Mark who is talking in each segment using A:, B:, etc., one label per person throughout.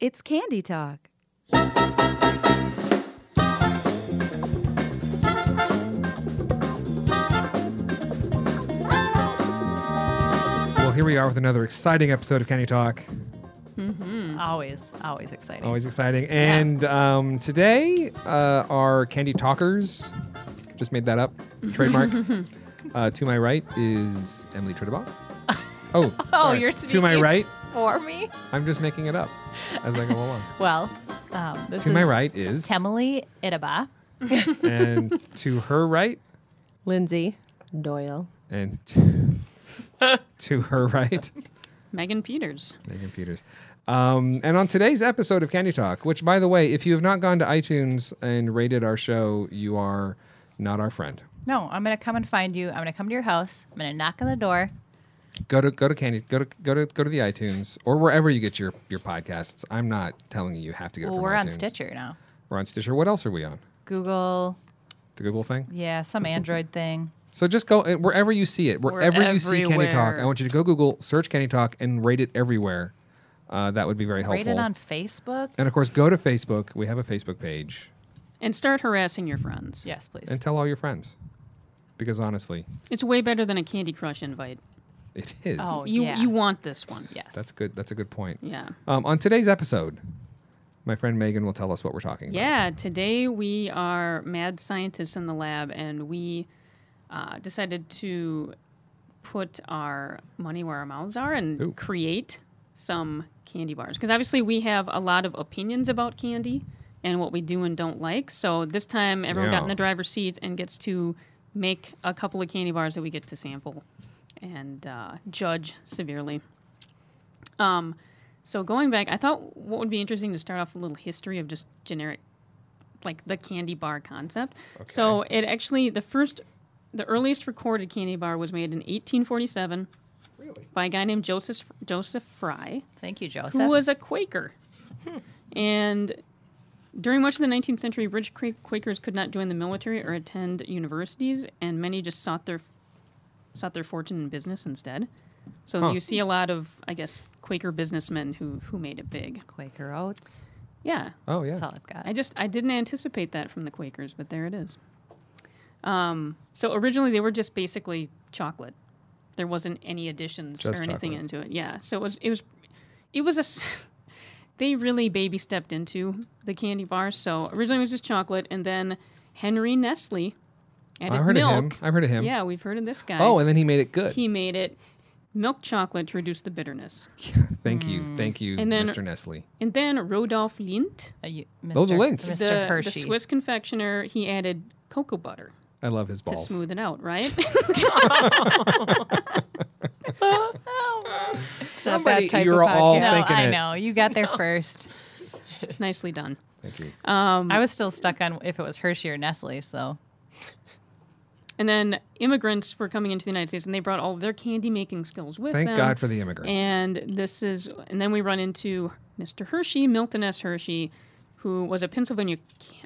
A: It's Candy Talk.
B: Well, here we are with another exciting episode of Candy Talk.
C: Always, always exciting.
B: Always exciting. And um, today, uh, our Candy Talkers, just made that up, trademark. uh, to my right is Emily Trittebaugh. Oh, sorry.
C: you're
B: to my
C: speaking.
B: right.
C: For me?
B: I'm just making it up as I go along.
C: Well, um, this
B: to
C: is
B: my right is,
C: Temily Itaba.
B: and to her right,
D: Lindsay Doyle.
B: and to, to her right,
E: Megan Peters.
B: Megan Peters. Um, and on today's episode of Candy Talk, which, by the way, if you have not gone to iTunes and rated our show, you are not our friend.
C: No, I'm going to come and find you. I'm going to come to your house. I'm going to knock on the door.
B: Go to go to Candy go to go to go to the iTunes or wherever you get your your podcasts. I'm not telling you you have to get it.
C: Well,
B: from
C: we're on
B: iTunes.
C: Stitcher now.
B: We're on Stitcher. What else are we on?
C: Google,
B: The Google thing.
C: yeah, some Android thing.
B: So just go uh, wherever you see it, wherever
E: We're
B: you see Candy Talk.
E: everywhere.
B: I want you to go Google, search Candy Talk, and rate it everywhere. Uh, that would be very helpful.
C: Rate it on Facebook.
B: and of course, go to Facebook. We have a Facebook page.
E: And start harassing your friends.
C: Yes, please.
B: and tell all your friends because honestly
E: It's way better than a Candy Crush invite.
B: it is
C: Oh,
E: You
C: yeah.
E: you want this one.
C: yes.
B: that's good that's a good point
E: Yeah.
B: um, on today's episode my friend megan will tell us what we're talking about
E: Yeah, today we are mad scientists in the lab and we uh, decided to put our money where our mouths are and
B: Ooh.
E: create some candy bars. Because obviously we have a lot of opinions about candy and what we do and don't like. So this time everyone
B: Yeah.
E: got in the driver's seat and gets to make a couple of candy bars that we get to sample and uh, judge severely. Um, so going back, I thought what would be interesting to start off a little history of just generic, like the candy bar concept. So it actually the first, the earliest recorded candy bar was made in 1847 by a guy named Joseph Joseph Fry,
C: Thank you, Joseph.
E: who was a Quaker, and. During much of the 19th century, rich Qua- Quakers could not join the military or attend universities, and many just sought their sought their fortune in business instead. So
B: Huh.
E: you see a lot of, I guess, Quaker businessmen who who made it big.
C: Quaker Oats.
E: Yeah,
B: oh yeah
C: That's all I've got.
E: I just I didn't anticipate that from the Quakers, but there it is. Um, so originally they were just basically chocolate. There wasn't any additions
B: Just
E: or anything
B: chocolate.
E: into it. Yeah, so it was it was it was a s- they really baby stepped into the candy bar. So originally it was just chocolate, and then Henry Nestle added
B: i've heard
E: milk.
B: of him i've heard of him
E: Yeah, we've heard of this guy.
B: oh and then he made it good
E: he made it milk chocolate to reduce the bitterness.
B: thank you thank you
E: Mm. And then-
B: mr nestle
E: And then Rodolph Lindt,
C: Uh, you, Mr.
B: Oh, the links.
C: Mr.
E: the, the
C: Hershey.
E: Swiss confectioner, he added cocoa butter
B: i love his balls
E: to smooth it out, right?
D: It's not
B: Somebody,
D: that type
B: you're
D: of
B: all
C: no,
D: podcast.
B: thinking
C: I
B: it.
C: know. You got there first.
E: Nicely done.
B: thank you Um,
C: I was still stuck on if it was Hershey or Nestle, so
E: And then immigrants were coming into the United States and they brought all their candy making skills with
B: thank
E: them.
B: god for the immigrants
E: And this is, and then we run into Mr. Hershey, Milton S. Hershey, who was a Pennsylvania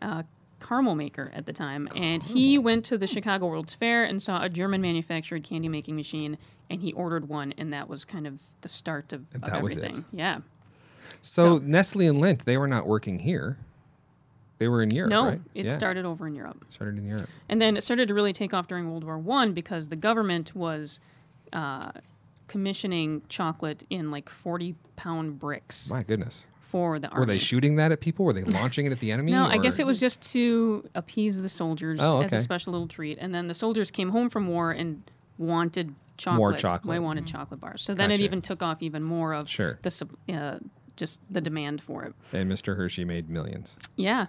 E: uh, caramel maker at the time, and he went to the Chicago World's Fair and saw a German manufactured candy making machine, and he ordered one, and that was kind of the start of, of
B: that was it.
E: everything. Yeah.
B: so, nestle and lint they were not working here they were in europe
E: No,
B: right?
E: it
B: Yeah.
E: started over in Europe.
B: started in europe
E: And then it started to really take off during World War One because the government was uh, commissioning chocolate in like forty pound bricks
B: my goodness
E: for the army.
B: were they shooting that at people were they launching it at the enemy
E: No, I guess
B: or-
E: it was just to appease the soldiers
B: Oh,
E: as a
B: okay.
E: special little treat. And then the soldiers came home from war and wanted chocolate.
B: More chocolate.
E: They wanted chocolate bars. So then
B: Gotcha.
E: it even took off even more of
B: Sure.
E: the sup- uh, just the demand for it.
B: and mr hershey made millions
E: Yeah.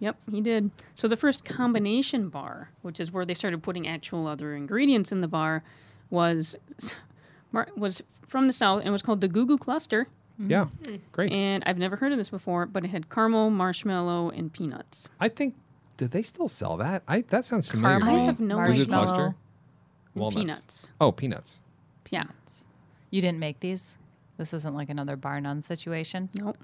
E: Yep, he did. So the first combination bar, which is where they started putting actual other ingredients in the bar, was mar- was from the south and was called the Goo Goo Cluster.
B: yeah great
E: And I've never heard of this before, but it had caramel, marshmallow, and peanuts.
B: I think did they still sell that? I that sounds familiar.
E: I
B: to me.
E: have no
B: Is it
E: idea.
C: marshmallow.
B: cluster?
E: and
B: Walnuts.
E: Peanuts.
B: Oh, peanuts.
E: Yeah.
C: Hmm. You didn't make these? This isn't like another bar none situation?
E: Nope.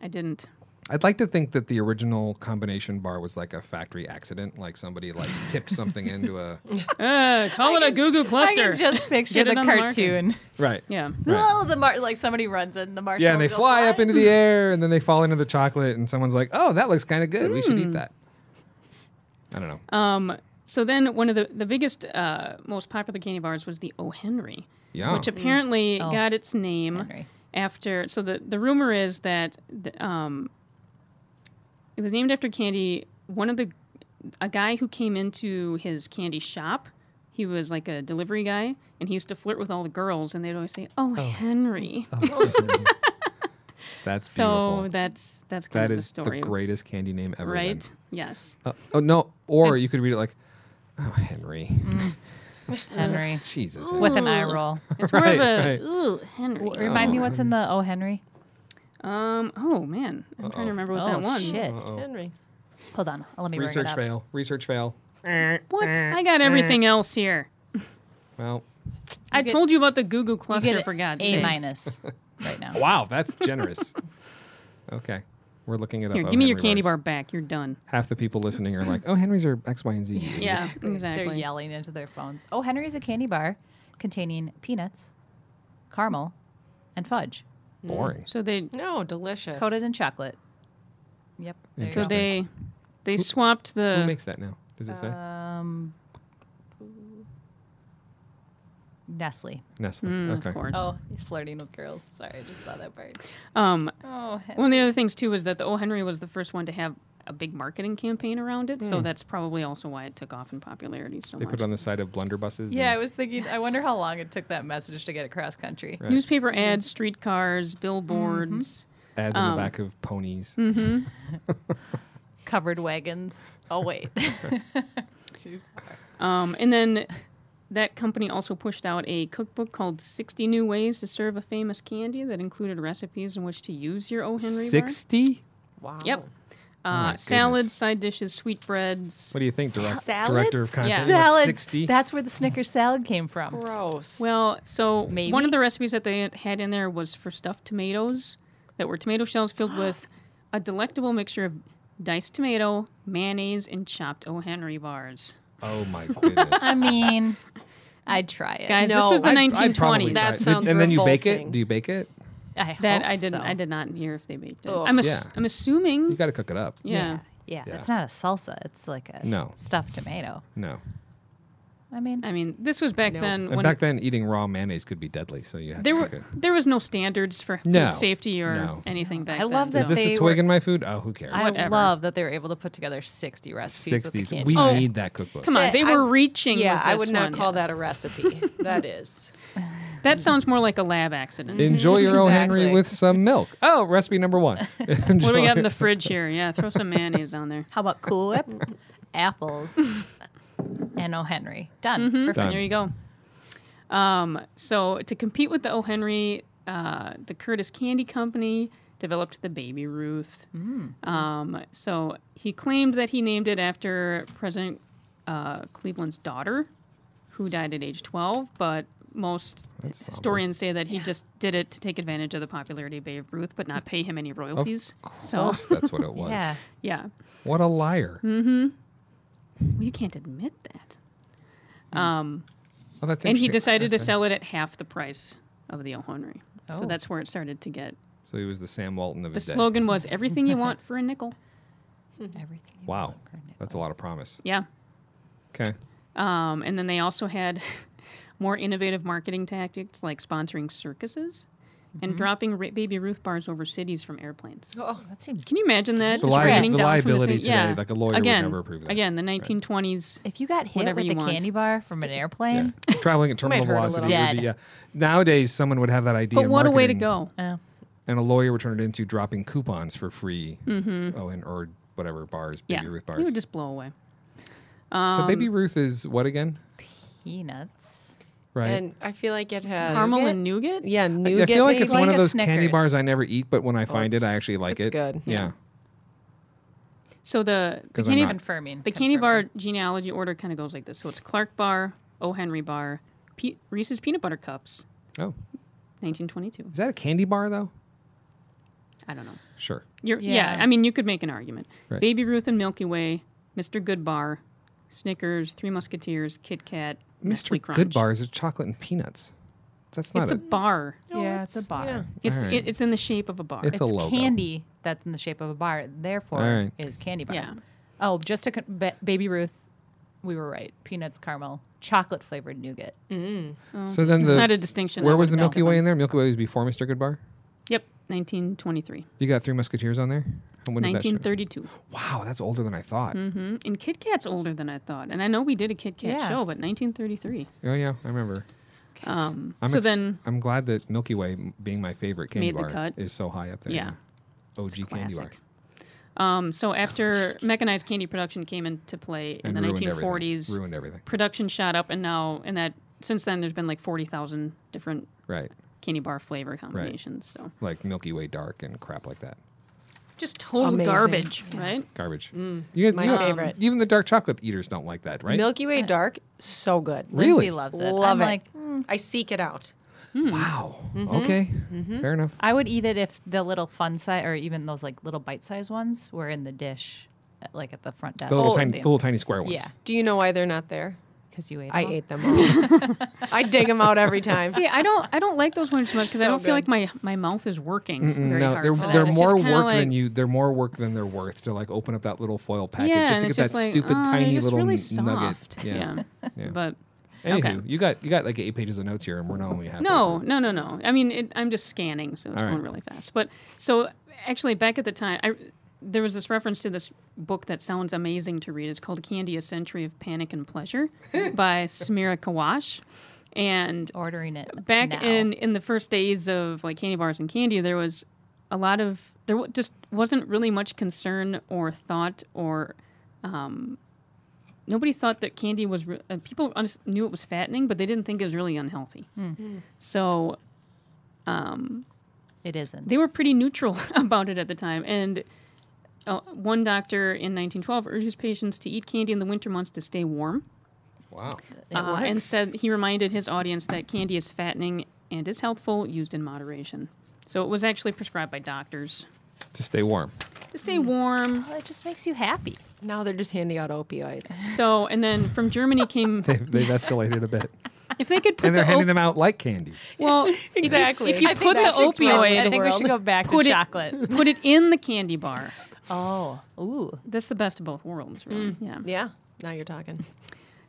E: I didn't.
B: I'd like to think that the original combination bar was like a factory accident, like somebody like tipped something into a
E: Uh, call it a Goo Goo
C: I
E: cluster.
C: can just picture
E: Get
C: the
E: it on the market.
C: cartoon.
B: right.
E: yeah.
B: Right.
A: Oh, the mar- like somebody runs in the marshmallow.
B: Yeah, and they fly up into the air, and then they fall into the chocolate, and someone's like, "Oh, that looks kind of good. We should eat that." I don't know.
E: Mm. Um, so then one of the, the biggest, uh, most popular candy bars was the O. Henry,
B: Yeah.
E: which apparently
C: Oh.
E: got its name
C: Henry.
E: after. So the, the rumor is that the, um, it was named after candy. One of the a guy who came into his candy shop. He was like a delivery guy, and he used to flirt with all the girls, and they'd always say, "Oh, Henry."
B: That's
E: so
B: Oh, beautiful.
E: that's that's kind
B: that
E: of
B: is the,
E: the story,
B: greatest candy name ever. then.
E: right? Yes.
B: Uh, oh no! Or you could read it like, "Oh, Henry."
E: Mm.
C: Henry.
B: Jesus.
C: With an eye roll.
E: It's
B: Right,
E: more of a
B: right.
E: ooh, Henry.
C: Remind me what's in the Oh Henry.
E: Um. Oh man, I'm
B: uh,
E: trying
B: Uh-oh.
E: to remember what
C: Oh
E: that one.
C: shit.
D: Henry.
C: Hold on. Let me bring it
B: Research
C: up.
B: fail. Research fail.
E: What?
C: Uh,
E: I got everything else here.
B: Well,
E: I
C: get-
E: told you about the Goo Goo
C: You
E: cluster
C: get
E: for God's
C: A
E: sake.
C: minus right now.
B: wow, that's generous. okay, we're looking it up.
E: Here,
B: Oh,
E: give me your
B: Henry
E: candy bar
B: bars.
E: back. You're done.
B: Half the people listening are like, "Oh, Henry's are X, Y, and Z." idiots."
E: Yeah,
A: They're
E: exactly.
A: yelling into their phones.
C: Oh Henry is a candy bar containing peanuts, caramel, and fudge,
E: Mm.
B: boring.
E: So they,
D: No, delicious.
C: coated in chocolate. Yep. there you
E: so
C: go.
E: they, they swapped
B: Who
E: the.
B: makes that now? Does it say
E: uh,
C: um, Nestle.
B: Nestle?
E: Mm,
B: okay.
E: Of course.
A: Oh, he's flirting with girls. Sorry, I just saw that part.
E: Um.
A: Oh,
E: One of the other things too is that the O. Henry was the first one to have a big marketing campaign around it, so that's probably also why it took off in popularity so
B: Hmm. They
E: much.
B: put it on the side of blunderbusses.
A: yeah, I
B: and-
A: was thinking. I wonder how long it took that message to get across country.
B: Right.
A: Mm-hmm.
E: Newspaper ads, streetcars, billboards.
B: ads on
E: um,
B: the back of ponies.
A: Covered wagons. Oh wait, Mm-hmm.
E: Um, and then that company also pushed out a cookbook called 60 New Ways to Serve a Famous Candy that included recipes in which to use your O. Henry
B: Sixty.
D: Wow.
E: bar.
A: Oh.
E: Yep.
B: my
E: Uh,
B: goodness.
E: salads, side dishes, sweetbreads.
B: What do you think, direct,
A: Salads?
B: director of content?
E: Yeah.
B: What's
A: salads.
B: Sixty.
A: That's where the Snickers salad came from.
D: Gross.
E: Well, so one
A: Maybe?
E: of the recipes that they had in there was for stuffed tomatoes that were tomato shells filled with a delectable mixture of diced tomato, mayonnaise, and chopped O. Henry bars.
B: oh my goodness.
C: I mean,
A: I'd try it.
E: Guys, this
D: No,
E: was the
D: I'd-
B: I'd probably
E: 1920s.
B: try
D: That
B: it.
D: sounds
B: And then you bake it?
D: revolting.
B: Do you bake it?
A: I
E: That
A: hope
E: I didn't.
A: so.
E: I did not hear if they baked it.
D: Ugh.
E: I'm, ass-
B: Yeah.
E: I'm assuming.
B: You got to cook it up.
E: yeah.
C: yeah,
B: Yeah.
C: it's not a salsa. It's like a
B: No.
C: stuffed tomato.
B: No.
C: I mean,
E: I mean, this was back
D: No.
E: then
B: And
E: when
B: back then, eating raw mayonnaise could be deadly, so you had
E: there
B: to
E: were
B: cook it.
E: there was no standards for food
B: No.
E: safety or
B: No.
E: anything back
C: I
E: then.
C: love
E: so-
B: Is this a
C: they
B: twig
C: were-
B: in my food? Oh, who cares?
A: I
E: Whatever.
A: love that they were able to put together sixty recipes. With the
B: 60s.
A: candy.
B: We
E: Oh.
B: need that cookbook.
E: Come on, they
D: I-
E: were reaching.
D: yeah,
E: with
D: I
E: this
D: would not
E: one.
D: call that a recipe. that is.
E: That sounds more like a lab accident.
B: Enjoy your O. Henry
D: Exactly.
B: with some milk. Oh, recipe number one.
E: what do we got in the fridge here? Yeah, throw some mayonnaise on there.
C: how about Cool Whip, apples, and O Henry? Done.
E: Perfect.
B: Done.
E: There you go. Um, so to compete with the O. Henry, uh, the Curtis Candy Company developed the Baby Ruth. Um, so he claimed that he named it after President uh, Cleveland's daughter, who died at age 12, but most
B: That's somber.
E: historians say that he just did it to take advantage of the popularity of Babe Ruth, but not pay him any royalties. So,
B: That's what it was.
C: Yeah.
E: yeah. Hmm.
B: What a liar.
E: Well, you can't admit that. Um,
B: Oh, that's
E: and he
B: interesting.
E: decided to sell it at half the price of the O'Henry. So
C: Oh.
E: that's where it started to get.
B: So he was the Sam Walton of
E: The
B: his day.
E: slogan was "Everything you want for a nickel."
C: Everything. you
B: Wow.
C: want for a nickel.
B: That's a lot of promise.
E: Yeah,
B: Okay.
E: um, and then they also had more innovative marketing tactics, like sponsoring circuses
B: Mm-hmm.
E: and dropping Ra- Baby Ruth bars over cities from airplanes.
C: That seems.
E: Can you imagine that?
B: The
E: Just
B: lia-
E: raining
B: the
E: down from
B: liability
E: city-
B: today, like a lawyer would
E: again,
B: never approve that.
E: Again, the 1920s.
C: If you got hit
E: Whatever
C: with
E: you
C: a
E: want.
C: candy bar from an airplane,
B: Traveling at terminal
D: hurt a
B: velocity.
C: little.
B: would be, yeah.
C: Dead.
B: Nowadays, someone would have that idea.
E: But
B: in
E: what a way to
B: marketing,
E: go!
C: yeah.
B: And a lawyer would turn it into dropping coupons for free. Oh, and or whatever bars, Baby
E: Mm-hmm. yeah,
B: Ruth
E: you
B: bars.
E: would um, just blow away.
B: so Baby Ruth is what again?
C: peanuts.
B: Right.
D: And I feel like it has
E: Caramel and nougat.
D: Yeah,
B: I
D: nougat.
B: feel like
D: maybe?
B: it's one
C: like
B: of
C: a
B: those candy
C: Snickers.
B: bars I never eat, but when I find it, I
D: Oh, it's-
B: actually like
D: it's
B: it.
D: good.
B: Yeah.
E: So the, the
B: 'Cause I'm
E: candy
B: not-
C: Confirming
E: The candy
C: confirming.
E: bar genealogy order kind of goes like this. So it's Clark Bar, O. Henry Bar, Pe- Reese's Peanut Butter Cups,
B: Oh,
E: 1922.
B: is that a candy bar though?
E: I don't know.
B: Sure.
E: You're, yeah.
C: Yeah.
E: I mean, you could make an argument.
B: Right.
E: Baby Ruth and Milky Way, Mr. Goodbar, Snickers, Three Musketeers, Kit Kat, Nestle
B: Mr.
E: Crunch.
B: Good Bars is chocolate and peanuts. That's not
E: It's
B: a,
E: a bar.
C: Oh,
D: yeah, it's, a bar.
E: It's
B: All right.
E: it, it's in the shape of a bar.
B: It's a logo.
C: candy that's in the shape of a bar. Therefore,
B: All right.
C: is candy bar.
E: Yeah.
C: Oh, just to con- ba- Baby Ruth, we were right. Peanuts, caramel, chocolate flavored nougat.
D: Oh.
B: So then
E: It's
B: the
E: not a distinction.
B: Where
E: that
B: was
E: would
B: the
E: help
B: Milky Way
E: them.
B: in there? Milky Way was before Mr. Goodbar.
E: Yep, 1923,
B: You got Three Musketeers on there. And when did that show-
E: 1932.
B: Wow, that's older than I thought.
E: hmm And Kit Kat's older than I thought. And I know we did a Kit Kat
D: Yeah.
E: show, but 1933.
B: Oh yeah, I remember.
E: Um,
B: I'm
E: so
B: ex-
E: then,
B: I'm glad that Milky Way m- being my favorite candy
E: Made the
B: bar
E: cut.
B: is so high up there.
E: Yeah.
B: now. OG candy bar.
E: classic. Um, so after mechanized candy production came into play
B: And
E: in the
B: ruined everything.
E: 1940s,
B: Ruined everything.
E: production shot up, and now and that since then there's been like 40,000 different
B: Right.
E: candy bar flavor combinations. So
B: Like Milky Way dark and crap like that.
E: just total
D: Amazing.
E: garbage, right?
B: Garbage.
E: Mm,
B: you guys,
D: my
B: you know,
D: favorite.
B: Even the dark chocolate eaters don't like that, right?
D: Milky Way Dark, so good.
B: Really?
C: Lindsay loves it.
D: Love
C: I'm
D: it. hmm.
C: like,
D: I seek it out.
B: Wow.
E: Mm-hmm.
B: Okay. Fair enough.
C: I would eat it if the little fun size or even those like little bite size ones were in the dish, at- like at the front desk.
B: The little
D: Oh,
B: tiny,
C: yeah.
B: the little tiny square ones.
C: Yeah,
D: Do you know why they're not there?
C: because you ate.
D: I
C: them all.
D: ate them all. I dig them out every time.
E: See, I don't, I don't like those ones much because I
D: So
E: don't feel like
D: good.
E: my my mouth is working
B: Mm,
E: very
B: no,
E: hard.
B: they're,
E: for that.
B: they're
E: It's
B: more work
E: just kinda like-
B: than you. They're more work than they're worth to like open up that little foil package
E: Yeah,
B: just to
E: and
B: get
E: it's
B: that
E: just like,
B: stupid
E: "Oh, they're
B: tiny
E: just
B: little
E: really
B: n- nugget.
E: soft." Yeah.
B: Yeah.
E: But
B: Anywho,
E: Okay.
B: you got you got like eight pages of notes here, and we're not only halfway.
E: no,
B: through.
E: no, no, no. I mean, it, I'm just scanning, so it's
B: All right.
E: going really fast. But so actually, back at the time, I, there was this reference to this book that sounds amazing to read. It's called Candy: A Century of Panic and Pleasure by Samira Kawash. And
C: ordering it
E: back
C: now.
E: in in the first days of like candy bars and candy there was a lot of there w- just wasn't really much concern or thought or um nobody thought that candy was re- uh, people un- knew it was fattening but they didn't think it was really unhealthy so
C: it isn't.
E: they were pretty neutral about it at the time and uh, one doctor in 1912 urges patients to eat candy in the winter months to stay warm
B: Wow.
C: It
E: uh, and
C: works.
E: said he reminded his audience that candy is fattening and is healthful used in moderation. So it was actually prescribed by doctors
B: To stay warm.
E: to stay warm.
C: Well, it just makes you happy.
D: Now they're just handing out opioids.
E: So and then from Germany came
B: They've, they've escalated a bit,
E: if they could put
B: and they're
E: the
B: handing
E: op-
B: them out like candy.
E: well
D: Exactly.
E: if you
D: I think
E: put the
D: that should grow.
E: opioid
C: I think we should go back
E: Put
C: to
E: it-
C: chocolate.
E: put it in the candy bar.
C: oh, ooh,
E: That's the best of both worlds, really.
C: Mm.
E: Yeah.
D: Yeah, now you're talking.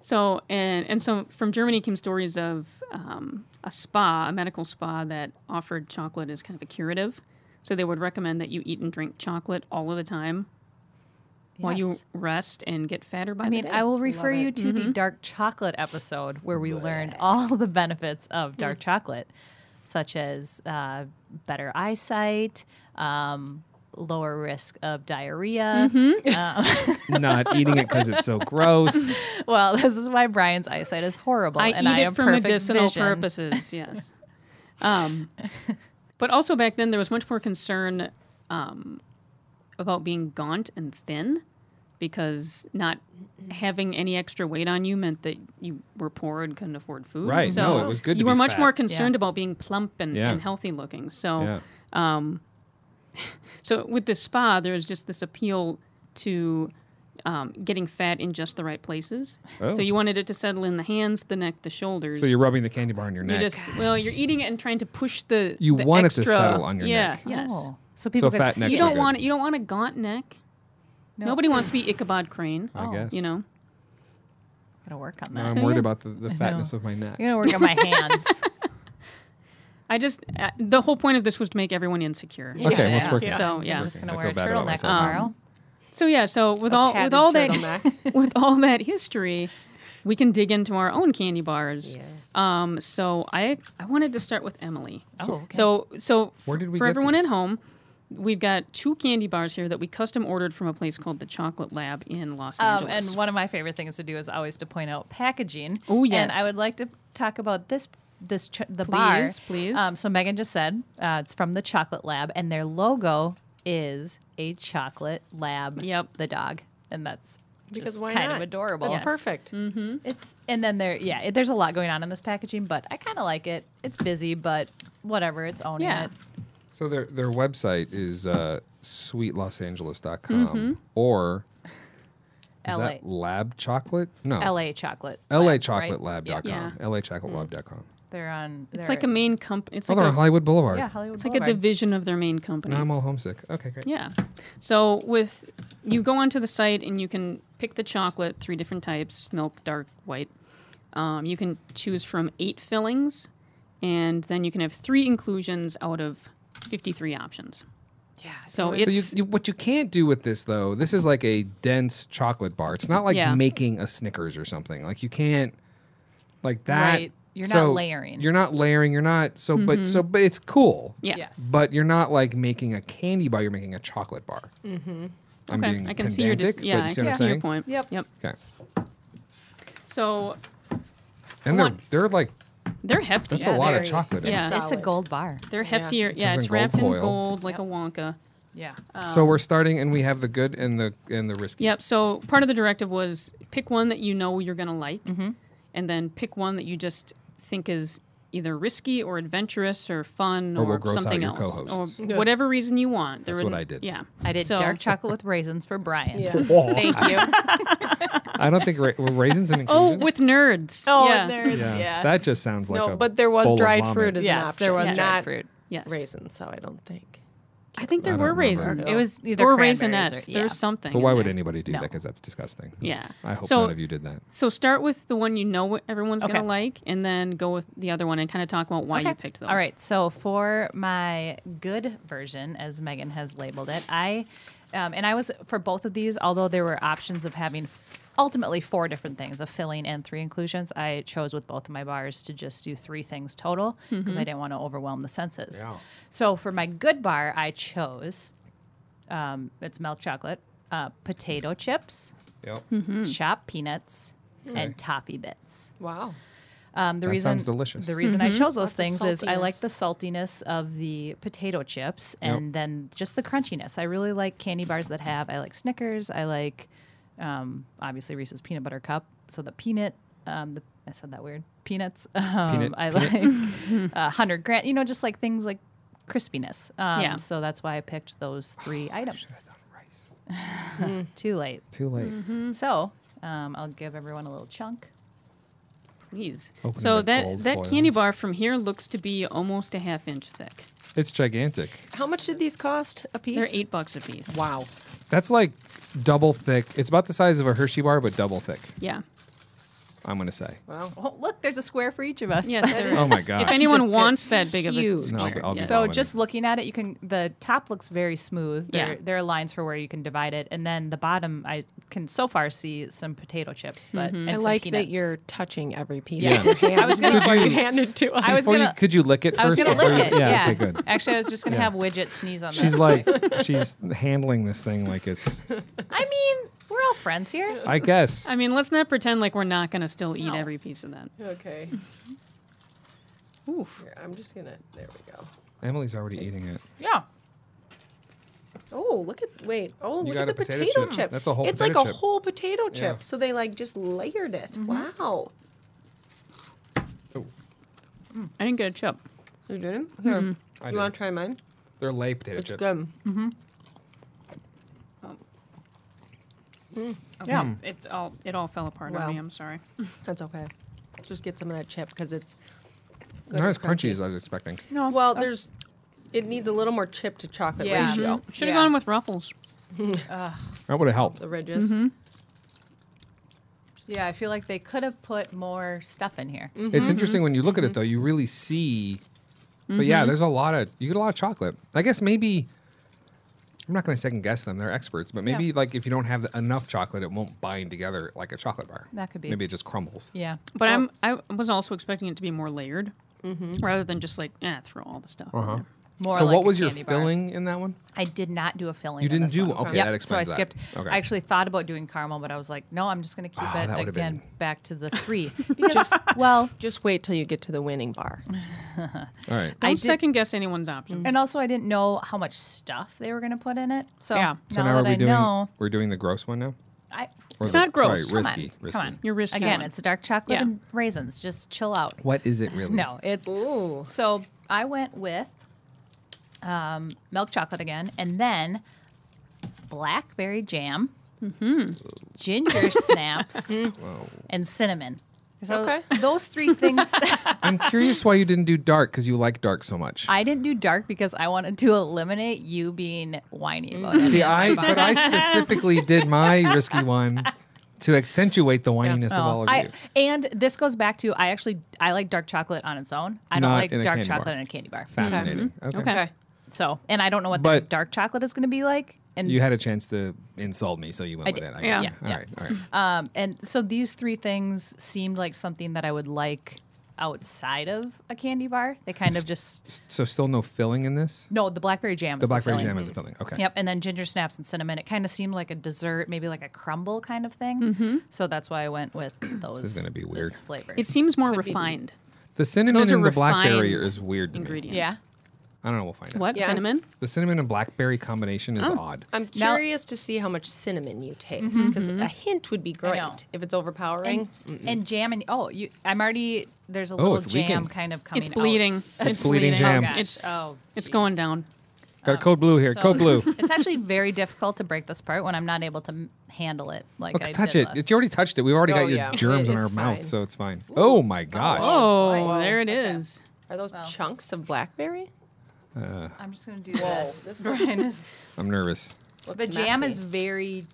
E: So and and so from Germany came stories of um, a spa, a medical spa that offered chocolate as kind of a curative. So they would recommend that you eat and drink chocolate all of the time while you
C: Yes.
E: rest and get fatter by
C: I mean,
E: the day.
C: I will refer
D: Love
C: you
D: it.
C: to the
E: Mm-hmm.
C: dark chocolate episode where we learned all the benefits
E: Mm.
C: of dark chocolate, such as uh, better eyesight, um, lower risk of diarrhea.
E: Mm-hmm.
B: Not eating it because it's so gross.
C: Well, this is why Brian's eyesight is horrible.
E: I
C: and
E: eat
C: I
E: it
C: have
E: for
C: perfect
E: medicinal
C: vision.
E: purposes. Yes. um, but also back then there was much more concern um, about being gaunt and thin because not having any extra weight on you meant that you were poor and couldn't afford food.
B: Right,
E: So
B: no, it was good to
E: You
B: be
E: were much
B: fat.
E: more concerned about being plump and,
B: Yeah.
E: and healthy looking. So
B: Yeah.
E: so with the spa, there was just this appeal to um, getting fat in just the right places.
B: Oh.
E: So you wanted it to settle in the hands, the neck, the shoulders.
B: So you're rubbing the candy bar on your
E: You're
B: neck.
E: just well, you're eating it and trying to push the.
B: You
E: the
B: want it to
E: extra,
B: settle on your
E: yeah,
B: neck.
E: Yes.
C: Oh, so people could
B: fat
C: see
B: neck
E: You
B: Neck's
E: don't
B: not
E: want it. You don't want a gaunt neck. Nobody wants to be Ichabod Crane.
B: I guess.
E: Oh, You know.
C: Gonna work on
B: Now
C: that.
B: I'm worried about the, the fatness of my neck.
C: You're gonna work on my hands.
E: I just uh, the whole point of this was to make everyone insecure.
B: Okay,
E: Yeah.
B: let's work. it.
E: So yeah.
C: I'm just gonna
B: I
C: wear
B: feel
C: a
B: bad about
C: turtleneck
B: myself.
C: tomorrow.
E: So yeah, so with all with
D: padded
E: all that
D: turtleneck.
E: with all that history, we can dig into our own candy bars.
D: Yes.
E: Um, so I I wanted to start with Emily.
C: Oh, okay.
E: So so
B: Where did we
E: for
B: get
E: everyone
B: these?
E: at home, we've got two candy bars here that we custom ordered from a place called the Chocolate Lab in Los
C: Um,
E: Angeles.
C: and one of my favorite things to do is always to point out packaging.
E: Oh, yes.
C: And I would like to talk about this this ch- the bar.
E: Please, please.
C: Um, so Megan just said uh, it's from the Chocolate Lab, and their logo is a chocolate lab.
E: Yep.
C: The dog, and that's
D: Because
C: just
D: why
C: kind
D: not?
C: of adorable.
D: That's
E: Yes.
D: perfect.
C: It's and then there, yeah. It, there's a lot going on in this packaging, but I kind of like it. It's busy, but whatever. It's owning
E: Yeah.
C: it.
B: So their their website is uh, sweetlosangeles.com
E: Mm-hmm.
B: or is
C: LA.
B: that Lab Chocolate? No,
C: LA Chocolate.
B: LA
C: Lab,
B: Chocolate
C: right?
B: Lab dot com. LA Chocolate Lab dot com.
C: They're on.
E: It's
C: they're-
E: like a main company. Mm. It's
B: Oh,
E: like
B: they're on
E: a,
B: Hollywood Boulevard.
C: Yeah, Hollywood.
E: it's like a
C: Boulevard.
E: division of their main company.
B: Now I'm all homesick. Okay, great.
E: Yeah. So with you go onto the site and you can pick the chocolate, three different types: milk, dark, white. Um, you can choose from eight fillings, and then you can have three inclusions out of fifty-three options.
D: Yeah.
E: So
B: So you,
E: it's
B: you, what you can't do with this though, this is like a dense chocolate bar. It's not like
E: Yeah.
B: making a Snickers or something. Like you can't like that.
C: Right. You're not
B: so
C: layering.
B: You're not layering. You're not so. But
E: Mm-hmm.
B: so. But it's cool.
E: yeah.
C: Yes.
B: But you're not like making a candy bar. You're making a chocolate bar. Mm-hmm. I'm
E: Okay,
B: being
E: I can see your dis-
B: pedantic,
E: yeah,
B: but
E: I
B: you see
E: can
B: what I'm
E: see your
B: saying?
E: point.
D: Yep.
E: Yep.
B: Okay.
E: So
B: And they're
E: One.
B: they're like
E: they're hefty.
B: that's a lot of
D: very-
B: chocolate. in
E: yeah.
B: it.
C: It's a
D: Solid.
C: gold bar.
E: They're heftier. Yeah,
B: comes in gold
E: it's wrapped
B: foil.
E: in gold like a Wonka.
C: Yeah.
E: Um,
B: so we're starting, and we have the good and the and the risky.
E: Yep. So part of the directive was pick one that you know you're going to like,
C: Mm-hmm.
E: and then pick one that you just think is either risky or adventurous or fun
B: Or
E: or,
B: will gross out
E: something
B: your
E: else,
B: co-hosts.
E: or whatever reason you want. There
B: That's
E: were-
B: what I did.
E: Yeah,
C: I did
E: So-
C: dark chocolate with raisins for Brian.
D: Yeah.
B: Oh,
D: Thank you.
B: I don't think ra- were raisins and
E: Oh, with nerds.
C: Oh,
E: yeah.
C: there it's yeah.
B: That just sounds like
D: no,
B: a
D: but there
B: bowl
D: was
B: of
D: dried
B: vomit.
D: fruit as an
C: Yes,
D: option.
C: there was
D: It's
C: dried
D: not
C: fruit.
E: Yes.
D: raisins, so I don't think.
E: I think there
B: I
E: were
B: don't remember.
E: raisins.
C: It was either
E: or
C: cranberries or-
E: raisinettes.
C: yeah.
E: There's something.
B: But
E: in
B: why would
E: there.
B: anybody do that?
C: No.
B: 'Cause that? Because that's disgusting.
E: Yeah.
B: I hope
E: So-
B: none of you did that.
E: So start with the one you know everyone's
C: Okay.
E: going to like, and then go with the other one, and kind of talk about why you
C: Okay.
E: picked those.
C: All right. So for my good version, as Megan has labeled it, I um, and I was for both of these, although there were options of having f- ultimately four different things, a filling and three inclusions. I chose with both of my bars to just do three things total because
E: Mm-hmm.
C: I didn't want to overwhelm the senses.
B: Yeah.
C: So for my good bar, I chose um, it's milk chocolate, uh, potato chips,
B: Yep.
C: Mm-hmm.
E: Hmm.
C: chopped peanuts, and toffee bits.
D: Wow.
C: Um, the
B: That
C: reason
B: sounds delicious.
C: The reason I chose
D: Lots
C: those
D: of
C: things is I like
D: saltiness.
C: the saltiness of the potato chips, and then just the crunchiness. I really like candy bars that have. I like Snickers. I like um, obviously Reese's peanut butter cup. So the peanut. Um, the, I said that weird. Peanuts. Um,
B: Peanut-
C: I like uh, hundred grand. You know, just like things like crispiness. Um,
E: Yeah.
C: So that's why I picked those three items. Too late.
B: Too late.
E: Mm-hmm.
C: So um, I'll give everyone a little chunk.
E: Please.
B: Open it
E: so
B: with
E: that
B: gold
E: that
B: foil.
E: candy bar from here looks to be almost a half inch thick.
B: It's gigantic.
D: How much did these cost a piece?
E: They're eight bucks a piece.
D: Wow.
B: That's like double thick. It's about the size of a Hershey bar, but double thick.
E: Yeah.
B: I'm gonna say.
D: Wow.
C: Oh, look, there's a square for each of us.
E: Yes. there is.
B: Oh my god.
E: if anyone
C: Just a
E: wants that big of a
D: huge-
B: No, I'll
E: square,
B: be- I'll be
E: yeah.
B: gone.
C: So
B: Dominant.
C: just looking at it, you can the top looks very smooth. There,
E: Yeah.
C: there are lines for where you can divide it, and then the bottom I can so far see some potato chips, but and
D: I
C: some
D: like
C: peanuts.
D: that you're touching every piece.
B: Yeah.
D: in your hand
C: I was gonna-
D: before you hand it to us.
C: I was
B: Before you,
C: gonna
B: could you lick it first?
C: I was gonna lick
B: before
C: it.
B: you-
C: Yeah.
B: Okay. Good.
C: Actually, I was just gonna
B: Yeah.
C: have Widget sneeze on that.
B: She's like, she's handling this thing like it's.
C: I mean, we're all friends here.
B: I guess.
E: I mean, let's not pretend like we're not going to still eat
C: No.
E: every piece of that.
D: okay.
E: Oof.
D: Here, I'm just gonna. There we go.
B: Emily's already eating it.
C: Yeah.
D: Oh, look at wait. Oh,
B: You
D: look
B: got
D: at
B: a
D: the
B: potato
D: potato,
B: chip.
D: chip.
B: That's a whole
D: It's
B: potato
D: like
B: chip.
D: a whole potato chip.
B: Yeah.
D: So they like just layered it. Wow.
E: I didn't get a chip.
D: You did? Here.
B: I
D: You want
B: did.
D: to try mine?
B: They're lay potato
D: It's
B: chips.
D: good.
E: Yeah. It all it all fell apart
D: Wow.
E: on me. I'm sorry.
D: That's okay. Just get some of that chip because it's good
B: Not
D: and
B: as crunchy as I was expecting.
E: No.
D: Well, there's. It needs a little more chip to chocolate
C: Yeah.
D: ratio.
E: Should have
C: Yeah.
E: gone with ruffles.
B: That would have helped.
D: The ridges.
C: Yeah, I feel like they could have put more stuff in here.
B: It's interesting
C: mm-hmm.
B: when you look at it though, you really see. But yeah, there's a lot of you get a lot of chocolate. I guess maybe I'm not going to second guess them; they're experts. But maybe like if you don't have enough chocolate, it won't bind together like a chocolate bar.
C: That could be.
B: Maybe it just crumbles.
C: Yeah.
E: But I'm I was also expecting it to be more layered, rather than just like eh, throw all the stuff. in
B: Uh-huh.
E: there.
C: More
B: so
C: like
B: what
C: a
B: was your
C: candy bar.
B: filling in that one?
C: I did not do a filling.
B: You
C: on
B: didn't
C: this
B: do-
C: one.
B: okay,
C: Yep,
B: that explains
C: So I
B: that.
C: skipped.
B: Okay.
C: I actually thought about doing caramel, but I was like, no, I'm just going to keep
B: Oh, that
C: it
B: would've
C: again
B: been-
C: back to the three because well,
D: Just wait till you get to the winning bar.
B: All right.
E: Don't
C: I did- Mm-hmm.
E: second guess anyone's option.
C: and also I didn't know how much stuff they were going to put in it. So,
E: Yeah.
B: So now
C: now,
B: are
C: that
B: we
C: I
B: doing
C: know,
B: we're doing the gross one now?
C: I
B: Or
E: It's
B: the-
E: not gross.
B: Sorry,
C: come
B: risky.
C: on,
B: risky.
C: come on,
E: You're risking
C: again.
E: it.
C: It's dark chocolate
E: Yeah.
C: and raisins. Just chill out.
B: What is it really?
C: No, it's
D: Ooh.
C: so I went with um, milk chocolate again, and then blackberry jam,
E: Mm-hmm.
C: ginger snaps, and cinnamon. So
D: Okay.
C: those three things.
B: I'm curious why you didn't do dark because you like dark so much.
C: I didn't do dark because I wanted to eliminate you being whiny about it.
B: See, I but I specifically did my risky one to accentuate the whininess of all of
C: Oh. I,
B: you.
C: and this goes back to I actually I like dark chocolate on its own. I don't
B: Not
C: like
B: in a
C: dark
B: candy
C: chocolate
B: bar.
C: in a candy bar.
B: Fascinating.
C: Mm-hmm.
B: Okay.
E: Okay.
C: So, and I don't know what the
B: But-
C: dark chocolate is going to be like. And
B: You had a chance to insult me, so you went
C: I
B: with
C: did.
B: it. I
E: Yeah.
B: guess.
C: Yeah.
B: All right. All right.
C: Um, and so these three things seemed like something that I would like outside of a candy bar. They kind of just
B: So still no filling in this.
C: no. The blackberry jam.
B: The
C: is
B: blackberry
C: filling.
B: jam is the filling. Okay.
C: Yep, and then ginger snaps and cinnamon. It kind of seemed like a dessert, maybe like a crumble kind of thing. So that's why I went with those.
B: is gonna be
C: this
B: weird.
C: flavor.
E: It seems more refined
B: The cinnamon
E: Those are
B: and the blackberry
E: refined
B: is weird to me.
E: ingredient.
C: yeah.
B: I don't know. We'll find out.
E: What
D: Yeah.
E: cinnamon?
B: The cinnamon and blackberry combination
C: Oh.
B: is odd.
D: I'm
C: Now-
D: curious to see how much cinnamon you taste because a hint would be great
C: know.
D: if it's overpowering.
C: And, and jam and oh, you, I'm already there's a
B: Oh,
C: little
B: it's
C: jam
B: leaking.
C: kind of coming.
E: It's bleeding.
C: Out.
B: It's bleeding jam.
C: Oh, gosh.
E: It's
C: Oh,
E: it's
C: geez.
E: going down.
B: Got code blue here.
C: So
B: code blue.
C: It's actually very difficult to break this part when I'm not able to m- handle it. Like
B: Look,
C: I
B: touch
C: did
B: it.
C: last-
B: It- You already touched it. We've already
D: Oh,
B: got your
D: yeah.
B: germs
D: It-
B: in our
D: it's
B: mouth,
D: fine.
B: so it's fine. Oh my gosh.
E: Oh,
D: Wow.
E: there it is.
D: Are those chunks of blackberry?
C: I'm just gonna do this. Brian is-
B: I'm nervous.
C: the
D: Looks
C: jam
D: messy.
C: is very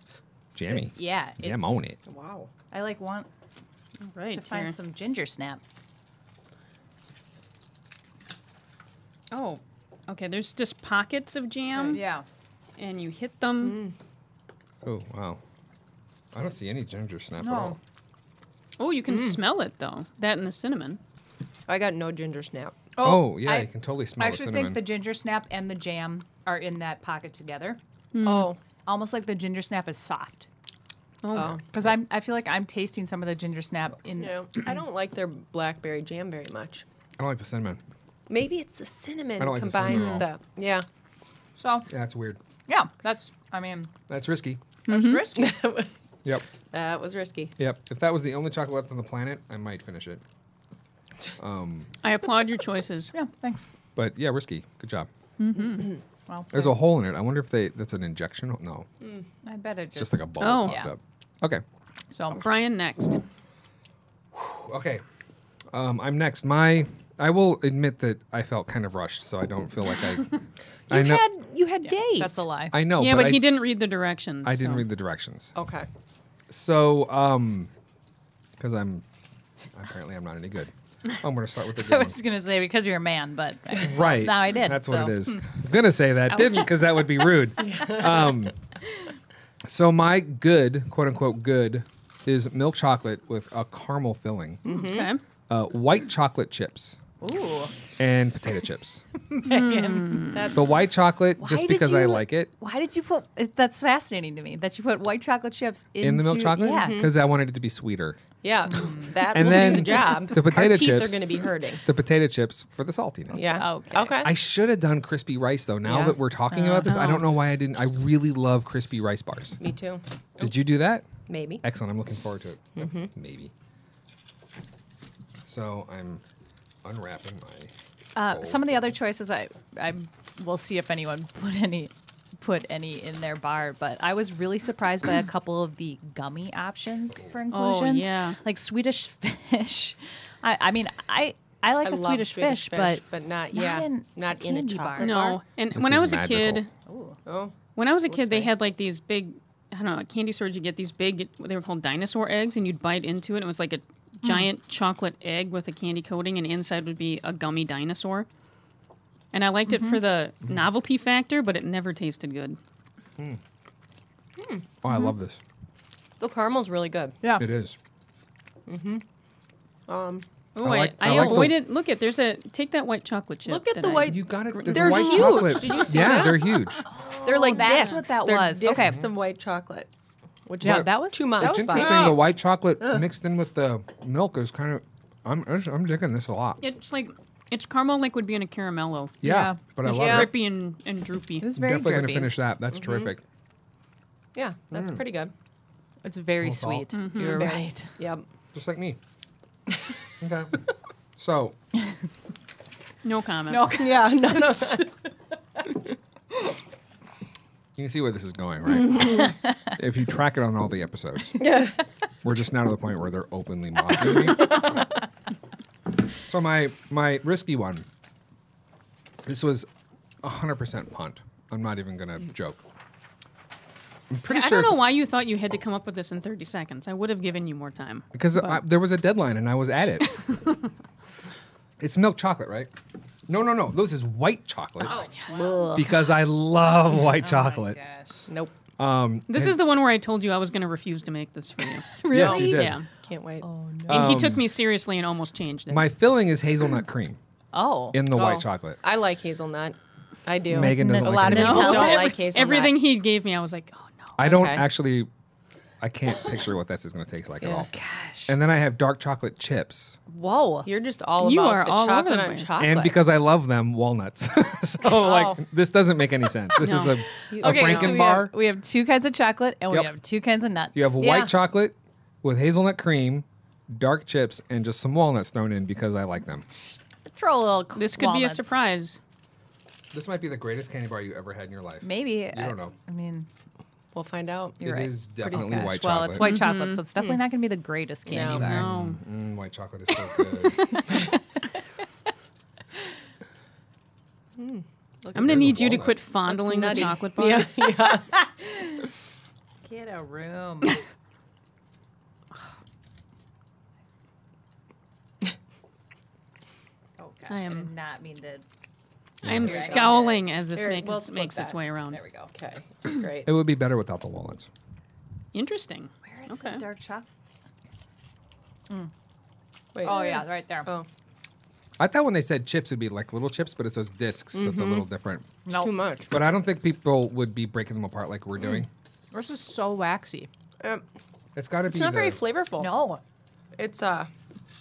B: Jammy.
C: yeah.
B: Jam
C: it's-
B: on it.
D: Wow.
C: I like want to
E: Right
C: find some ginger snap.
E: Oh, okay. There's just pockets of jam,
C: Yeah.
E: and you hit them.
B: Oh wow. I don't see any ginger snap
C: No.
B: at all.
E: Oh, you can smell it though. That and the cinnamon.
D: I got no ginger snap.
B: Oh, yeah,
C: I-
B: you can totally smell
C: I
B: the
C: actually
B: cinnamon.
C: think the ginger snap and the jam are in that pocket together,
D: Oh.
C: almost like the ginger snap is soft.
E: Oh,
D: Oh.
C: Because I'm, I feel like I'm tasting some of the ginger snap in.
D: No, I don't like their blackberry jam very much.
B: I don't like the cinnamon.
D: Maybe it's the cinnamon
B: I don't like the
D: combined
B: cinnamon
D: with
B: at
D: the yeah.
C: So
B: Yeah, that's weird.
C: yeah, that's. I mean,
B: That's risky.
C: that's risky.
B: Yep.
D: That was risky.
B: Yep. If that was the only chocolate left on the planet, I might finish it.
E: I applaud your choices.
C: Yeah. Thanks.
B: But yeah, risky. Good job.
C: Well,
B: There's a hole in it. I wonder if they that's an injection. No.
C: I bet it
B: Just
C: just,
B: like a ball
E: Oh.
B: popped
C: Mm. Yeah.
B: up. Okay.
C: So
E: Brian next.
B: Okay. Um, I'm next. My I will admit that I felt kind of rushed, so I don't feel like I I
D: You
B: know
D: had you had days.
C: that's a lie.
B: I know,
E: yeah, but,
B: I,
E: he didn't read the directions.
B: I didn't
E: so-
B: read the directions.
D: Okay.
B: So, um, because I'm apparently I'm not any good. I'm going to start with the good
C: I
B: one.
C: was gonna say because you're a man, but
B: Right
C: now I did,
B: That's
C: so.
B: what it is. I'm gonna say that didn't because that would be rude. Um, so my good, quote unquote, good is milk chocolate with a caramel filling,
E: Okay.
B: uh, white chocolate chips,
C: ooh,
B: and potato chips.
D: That's
B: The white chocolate,
C: Why
B: just
C: did
B: because I
C: you-
B: like it.
C: Hmm. why did you put? it- That's fascinating to me that you put white chocolate chips into,
B: In the milk chocolate,
C: Yeah,
B: because I wanted it to be sweeter.
D: yeah. Mm, That
B: And
D: will
B: then
D: do the job.
B: the potato
D: Our teeth are
B: chips.
D: going to be hurting.
B: The potato chips for the saltiness.
D: Yeah.
C: Okay.
D: Okay.
B: I should have done crispy rice though. Now
D: Yeah. Oh.
B: that we're talking about this, I
E: no.
B: don't know why I didn't. I really love crispy rice bars.
D: Me too.
B: Did you do that?
D: Maybe.
B: Excellent. I'm looking forward to it.
D: Mm-hmm.
B: Maybe. So I'm unwrapping my.
C: Uh, some of the other choices, I I will see if anyone put any put any in their bar, but I was really surprised by a couple of the gummy options for inclusions.
E: yeah.
C: like Swedish fish. I I mean I I like
D: I
C: a
D: love
C: Swedish, fish, but
D: but not
C: not
D: yeah,
C: in a
D: not in a
C: candy bar.
D: chocolate bar.
E: No, and
B: This
E: when I
B: is
E: was a kid,
B: magical.
D: Oh.
E: when I was a kid, they
D: nice.
E: had like these big, I don't know, at candy stores. You get these big, they were called dinosaur eggs, and you'd bite into it. And it was like a giant chocolate egg with a candy coating, and inside would be a gummy dinosaur. And I liked it for the
B: Mm-hmm.
E: novelty factor, but it never tasted good.
B: Oh,
D: Mm-hmm.
B: I love this.
D: The caramel's really good.
C: yeah,
B: It is.
E: Oh,
B: I
E: I,
B: like- I
E: I,
B: like the-
E: avoided. look at there's a take that white chocolate chip.
D: Look at
E: that
D: the
E: I-
D: white-
B: You got it. the
D: They're
B: white
D: huge.
B: Chocolate.
D: Did you see
B: yeah,
D: that?
B: they're huge.
D: They're like
C: Oh, that's
D: discs.
C: what that
D: They're
C: was.
D: Discs
C: Okay.
D: of white chocolate. Which
C: Yeah,
D: is
C: that was-
D: too
C: that
D: much.
B: It's
C: was
D: but-
B: interesting. The white chocolate mixed in with the milk is kind of. I'm I'm digging this a lot. Yeah,
E: It's like it's caramel like would be in a caramello.
C: Yeah.
B: but I
E: It's
B: love
D: Yeah.
B: it.
E: drippy and, and droopy.
C: it was
B: I'm
C: very
B: definitely
C: drippy.
B: gonna finish that. That's
E: Mm-hmm.
B: terrific.
D: Yeah,
B: Mm.
D: that's pretty good.
C: It's very
B: Little salt.
C: sweet.
A: mm-hmm.
C: You're
D: Very.
C: right.
D: Yep.
B: Just like me. okay. So
E: No comment.
D: Yeah. No. No.
B: You can see where this is going, right? if you track it on all the episodes,
D: Yeah.
B: we're just now to the point where they're openly mocking me. so my my risky one. This was 100% punt. I'm not even gonna joke. I'm pretty
E: I
B: sure
E: don't know
B: it's-
E: why you thought you had to come up with this in 30 seconds. I would have given you more time.
B: because I, there was a deadline and I was at it. it's milk chocolate, right? No, no, no. This is white chocolate because I love white chocolate.
D: Nope.
E: This is the one where I told you I was going to refuse to make this for you.
B: Yes, you
D: Really?
B: did. Um,
E: Yeah.
D: Can't wait.
C: Oh.
E: And he took me seriously and almost changed it.
B: My filling is hazelnut cream
C: Oh.
B: in the
D: Oh.
B: white chocolate.
D: I like hazelnut. I do.
B: Megan doesn't
D: A
B: like
D: lot of
B: hazelnut.
D: people
E: No.
D: don't
E: Every-
D: like hazelnut.
E: Everything he gave me, I was like, oh no.
B: I don't
D: Okay.
B: actually. I can't picture what this is going to taste like at
D: Yeah.
B: all. And then I have dark chocolate chips,
D: Whoa. You're just all
E: You
D: about
E: are
D: the
E: all over
D: chocolate
E: the
D: on
E: place.
D: chocolate.
B: and because I love them, walnuts. so like this doesn't make any sense. This is
E: No.
B: a, a
A: Okay, so
B: Franken
A: we
B: bar.
A: have, we have two kinds of chocolate and
B: Yep.
A: we have two kinds of nuts.
B: you have
D: yeah.
B: white chocolate with hazelnut cream, dark chips, and just some walnuts thrown in because I like them.
A: Throw a little.
E: This could be a
A: walnuts.
E: surprise.
B: This might be the greatest candy bar you ever had in your life.
A: Maybe. You
B: don't know.
A: I mean,
D: we'll find out.
A: you're right.
B: is
A: Pretty
B: definitely
A: sketch.
B: white
A: Well, it's
B: chocolate.
A: white chocolate, so it's definitely not going to be the greatest candy
D: No.
A: bar.
E: No.
B: Mm, white chocolate is so good.
E: I'm going to
B: There's a
E: need you to
B: walnut.
E: quit fondling the
D: nutty.
E: chocolate bar.
A: Get a room. oh gosh,
E: I am-
A: did not mean to.
E: I'm
A: Here, I got
E: scowling as this
D: Here,
E: makes,
D: we'll
E: its-
D: split
E: makes its
D: that.
E: way around.
A: we go.
D: Okay. Great.
B: it would be better without the walnuts.
E: Interesting.
A: Where is
E: Okay.
A: the dark chocolate?
D: Wait.
A: Oh yeah, right there.
D: Oh,
B: I thought when they said chips, it'd be like little chips, but it's those disks, so
A: Mm-hmm.
B: it's a little different.
A: no,
D: too much.
B: But I don't think people would be breaking them apart like we're
A: Mm.
B: doing.
A: This is so waxy.
D: Um,
B: It's got to be.
D: it's not
B: the-
D: very flavorful.
A: No,
D: It's uh,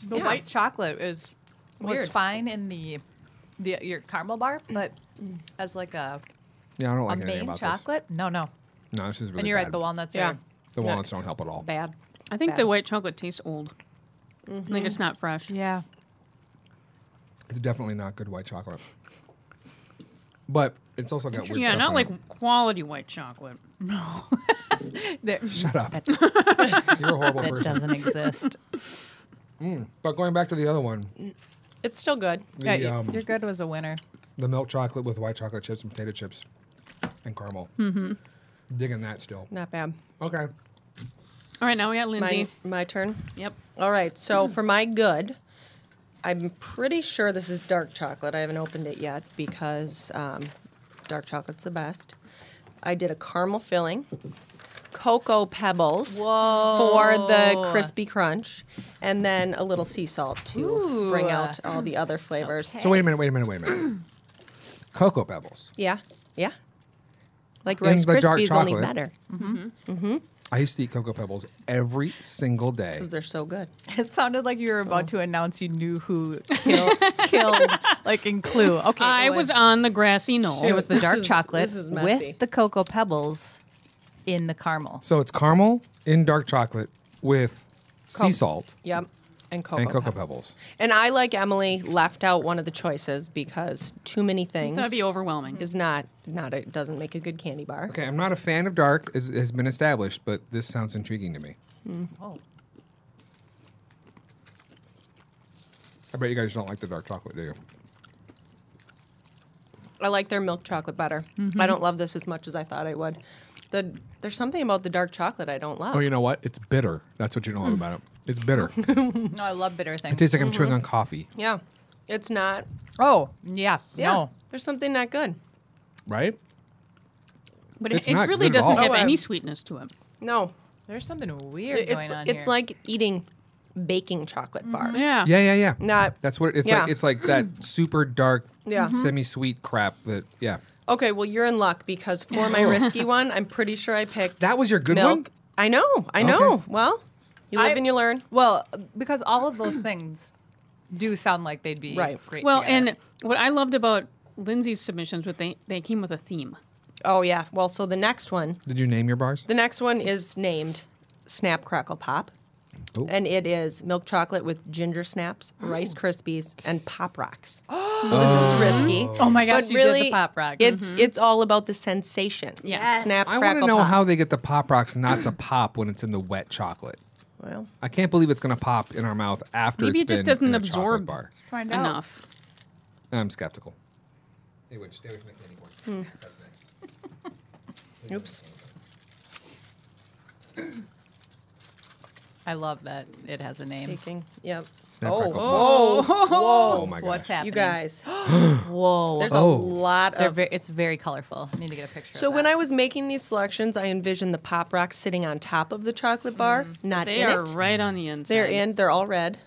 A: the
D: Yeah.
A: white chocolate is was
D: Weird.
A: fine in the the your caramel bar, but as like a
B: Yeah, I don't
A: a
B: like anything
A: main
B: about
A: chocolate, no, no.
B: this. No, this is really.
A: and you're right,
B: bad.
A: the walnuts
D: Yeah.
A: are
B: The walnuts don't help at all.
A: bad.
E: I think
D: Bad.
E: the white chocolate tastes old. I think it's not fresh.
A: Yeah,
B: It's definitely not good white chocolate. But it's also got weird
E: Yeah,
B: stuff
E: not
B: in
E: like
B: it.
E: quality white chocolate.
A: There-
B: Shut up. you're a horrible
C: It
B: person.
C: doesn't exist.
B: But going back to the other one,
D: it's still good.
B: the
A: you-
B: um,
A: your good was a winner.
B: the milk chocolate with white chocolate chips and potato chips, and caramel. Mm-hmm. Digging that still.
D: Not bad.
B: Okay.
E: All right, now we got Lindsay.
D: My my turn.
E: Yep.
D: All right. So for my good, I'm pretty sure this is dark chocolate. I haven't opened it yet because um, dark chocolate's the best. I did a caramel filling, cocoa pebbles for the crispy crunch, and then a little sea salt to bring
A: Ooh.
D: out all the other flavors.
B: So wait a minute. Wait a minute. Wait a minute. Cocoa pebbles.
D: Yeah, yeah. Like
B: And
D: Rice
B: the dark
D: Krispies, only
B: chocolate.
D: better
B: I used to eat cocoa pebbles every single day.
D: because they're so good.
A: It sounded like you were about to announce you knew who killed, killed like in Clue. Okay,
E: I
A: it
E: was on the grassy knoll.
C: It was the
D: This
C: dark
D: is-
C: chocolate
D: this is messy.
C: with the cocoa pebbles in the caramel.
B: So it's caramel in dark chocolate with sea
D: Com-
B: salt
D: Yep. And cocoa,
B: and cocoa pebbles.
D: And I, like Emily, left out one of the choices because too many things
E: That'd be overwhelming.
D: is not not it doesn't make a good candy bar.
B: Okay, I'm not a fan of dark, as has been established, but this sounds intriguing to me.
A: Oh.
B: I bet you guys don't like the dark chocolate, do you?
D: I like their milk chocolate better.
E: Mm-hmm.
D: I don't love this as much as I thought I would. The there's something about the dark chocolate I don't love.
B: Oh, you know what? It's bitter. That's what you don't love about it. It's bitter. it
A: No, I love bitter things.
B: tastes like I'm chewing on coffee,
D: Yeah. It's not
A: oh, yeah,
D: yeah.
A: no.
D: There's something not good.
B: right?
E: But it,
B: It's
E: it
B: not
E: really
B: good at
E: doesn't
B: all.
E: have
D: Oh, I-
E: any sweetness to it.
D: No.
A: There's something weird
D: It's
A: going on
D: it's like eating baking chocolate bars.
E: Mm-hmm. Yeah.
B: Yeah, yeah, yeah.
D: Not-
B: That's what it's
D: yeah.
B: like. It's like that super dark, Mm-hmm.
D: Yeah. Mhm.
B: semi-sweet crap. That yeah.
D: Okay, well you're in luck because for my risky one, I'm pretty sure I picked
B: That was your good
D: milk.
B: one?
D: I know, I know.
B: Okay.
D: Well, you live
A: I-
D: and you learn.
A: Well, because all of those things do sound like they'd be
D: Right.
A: great.
E: Well,
A: together.
E: and what I loved about Lindsay's submissions was they, they came with a theme.
D: Oh yeah. Well, so the next one,
B: Did you name your bars?
D: the next one is named Snap Crackle Pop,
B: Oh.
D: and it is milk chocolate with ginger snaps, Rice Krispies, and Pop Rocks. So this is risky.
C: Oh my gosh,
D: But
C: you
D: really,
C: did the pop Mm-hmm. rock.
D: It's it's all about the sensation.
E: Yes.
D: Snap,
B: I want
D: crackle,
B: to know
D: pop.
B: how they get the pop rocks not to pop when it's in the wet chocolate.
D: Well,
B: I can't believe it's going to pop in our mouth after
E: Maybe
B: it's
E: it just
B: been in
E: doesn't
B: a chocolate
E: absorb.
B: bar.
A: Find out.
E: Enough.
B: I'm skeptical. Hey, wait, stay away from the candy corn. That's next.
D: oops.
C: Mm-hmm. I love that it has a name.
D: Taking. Yep.
B: Snap,
D: oh,
B: crackle,
D: whoa, whoa!
B: Oh my gosh.
C: What's
D: You
C: happening?
D: guys,
C: Whoa.
D: there's a
B: Oh.
D: lot
C: They're
D: of.
C: ve- it's very colorful. I need to get a picture.
D: so
C: of
D: when
C: that.
D: I was making these selections, I envisioned the pop rocks sitting on top of the chocolate bar, not
E: They
D: in
E: are
D: it.
E: right on the inside.
D: They're in. They're all red.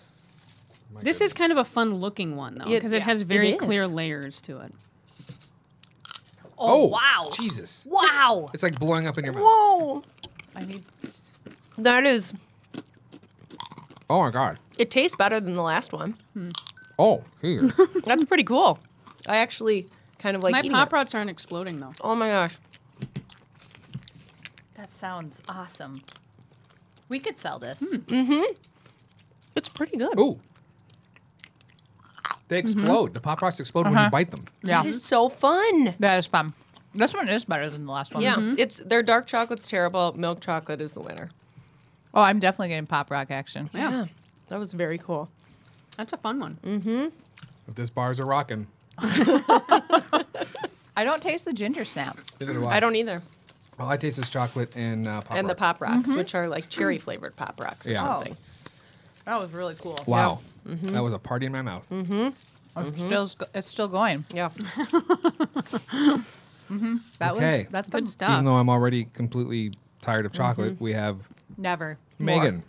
B: My
E: This is kind of a fun looking one though,
D: It-
E: because
D: yeah.
E: it has very
D: It
E: clear
D: is.
E: layers to it.
B: Oh,
C: wow.
B: Jesus.
C: Wow.
B: It's like blowing up in your mouth.
D: Whoa!
E: I need.
D: That is.
B: Oh my god.
D: It tastes better than the last one.
B: Oh, here.
D: That's pretty cool. I actually kind of like
E: My
D: eating
E: pop
D: it.
E: rocks aren't exploding though.
D: Oh my gosh!
C: That sounds awesome. We could sell this.
D: It's pretty good.
B: Ooh. They explode. The pop rocks explode when you
C: Uh-huh.
B: bite them.
C: Yeah.
D: That is so fun. Mm-hmm.
C: That is fun. This one is better than the last one. Mm-hmm.
D: Yeah, it's their dark chocolate's terrible. Milk chocolate is the winner.
C: Oh, I'm definitely getting pop rock action.
E: Yeah.
D: that was very cool.
E: That's a fun one.
D: Mm-hmm.
B: If this bars are rocking.
C: I don't taste the ginger snap.
B: neither do
D: I don't either.
B: All I taste is chocolate and uh, pop
D: and the
B: rocks.
D: pop rocks, which are like cherry flavored pop rocks or
B: Yeah. Oh.
D: something.
C: That was really cool.
B: Wow. Mm-hmm. That was a party in my mouth.
C: It's still it's still going.
D: Yeah, Mm-hmm.
C: That
B: Okay.
C: was that's
E: Good
C: good.
E: stuff.
B: Even though I'm already completely tired of chocolate, we have
C: Never.
B: Megan.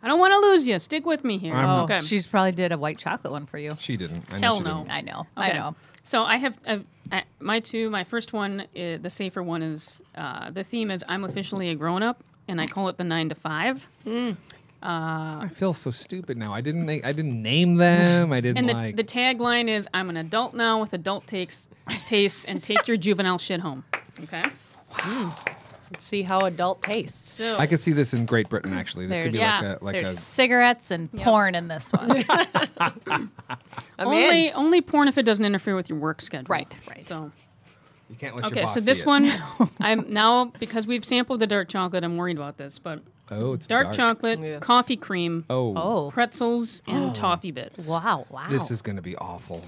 E: I don't want to lose you. Stick with me here.
B: I'm-
C: Oh,
E: okay.
C: she's probably did a white chocolate one for you.
B: She didn't. I know
E: Hell
B: she
E: no.
B: didn't.
C: I know. I
E: Okay.
C: know.
E: So I have I've, I, my two. My first one, i the safer one, is uh, the theme is I'm officially a grown up, and I call it the nine to five.
B: I feel so stupid now. I didn't. na- I didn't name them. I didn't
E: And the,
B: like.
E: the tagline is I'm an adult now with adult takes tastes, and take your juvenile shit home. Okay.
D: let's see how adult tastes.
E: So
B: I could see this in Great Britain. Actually, this could
C: There's-
B: be
E: Yeah.
B: like a like a.
C: There's cigarettes and porn in this one.
D: I'm
E: only
D: in.
E: only porn if it doesn't interfere with your work schedule.
C: Right, right.
E: So.
B: You can't let your
E: Okay,
B: boss
E: so
B: see
E: this
B: it.
E: one, I'm now because we've sampled the dark chocolate. I'm worried about this, but
B: Oh, it's
E: dark, chocolate,
D: Yeah.
E: coffee cream,
B: Oh,
C: oh.
E: pretzels, and toffee bits.
C: Wow, wow.
B: this is gonna be awful.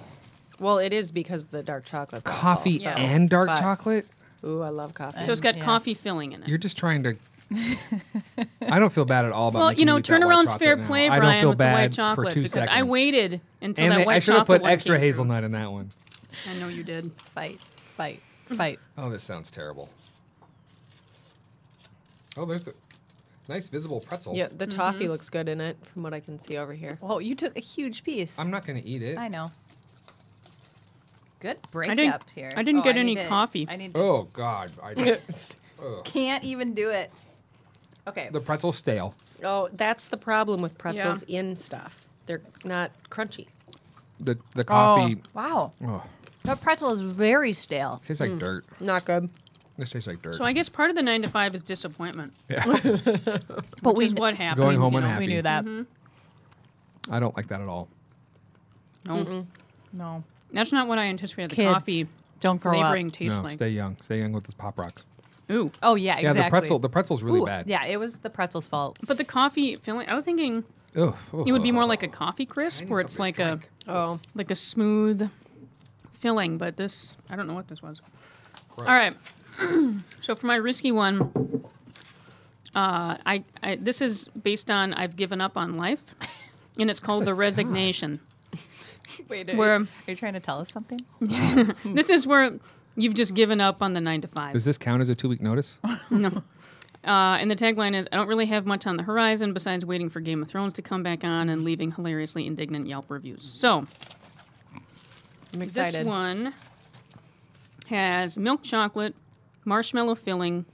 D: Well, it is because the dark chocolate.
B: Coffee
E: Yeah.
B: and dark
D: But-
B: chocolate.
D: Ooh, I love coffee.
E: So it's got
C: Yes.
E: coffee filling in it.
B: You're just trying to. I don't feel bad at all about.
E: well,
B: making
E: you know,
B: eat that white
E: turnaround's
B: chocolate
E: fair
B: now.
E: play,
B: I
E: Brian,
B: don't feel
E: with the
B: bad
E: white chocolate
B: for two
E: because
B: seconds.
E: I waited until
B: And
E: that
B: they-
E: white
B: I should have
E: chocolate
B: put
E: one
B: extra
E: came
B: hazelnut in that one.
E: through. I know you did.
C: fight, fight, fight.
B: Oh, this sounds terrible. Oh, there's the nice visible pretzel.
D: yeah, the toffee
E: Mm-hmm.
D: looks good in it from what I can see over here.
C: Well, Oh, you took a huge piece.
B: I'm not gonna eat it.
C: I know. Good break
E: I didn't-
C: up here.
E: I didn't get any
C: need to-
E: coffee.
C: I need to,
B: Oh God, I Ugh.
C: can't even do it. Okay.
B: Oh. the pretzel's stale.
D: oh, that's the problem with pretzels in stuff. They're not crunchy.
B: The the coffee
C: Oh, wow.
B: oh,
C: That pretzel is very stale.
B: tastes like dirt.
D: Not good.
B: This tastes like dirt.
E: Mm. So I guess part of the nine to five is disappointment,
B: yeah.
C: But
E: which
C: we
E: is what happens.
B: Going home
E: you know.
B: unhappy.
C: we knew that.
B: I don't like that at all.
E: No,
C: No.
E: that's not what I anticipated. The
C: Kids,
E: coffee
C: don't grow
E: flavoring
C: up.
E: tastes
B: no,
E: like.
B: stay young. Stay young with this pop rocks.
E: Ooh,
C: Oh yeah,
B: Yeah,
C: exactly.
B: the pretzel the pretzel's really
C: Ooh,
B: bad.
C: Yeah, it was the pretzel's fault.
E: but the coffee filling. I was thinking
B: Ugh,
E: it would be more
B: ugh.
E: like a coffee crisp,
B: need
E: where it's
B: something
E: like
B: to
E: a
B: drink.
D: Oh,
E: like a smooth filling. But this, I don't know what this was.
B: Gross.
E: All right. so for my risky one, uh, I, I this is based on I've given up on life, and it's called the resignation.
C: Wait,
E: are Where- you-
C: you trying to tell us something?
E: This is where you've just given up on the nine to five.
B: Does this count as a two week notice?
E: Uh, and the tagline is I don't really have much on the horizon besides waiting for Game of Thrones to come back on and leaving hilariously indignant Yelp reviews. So
D: I'm excited.
E: this one has milk chocolate, marshmallow filling,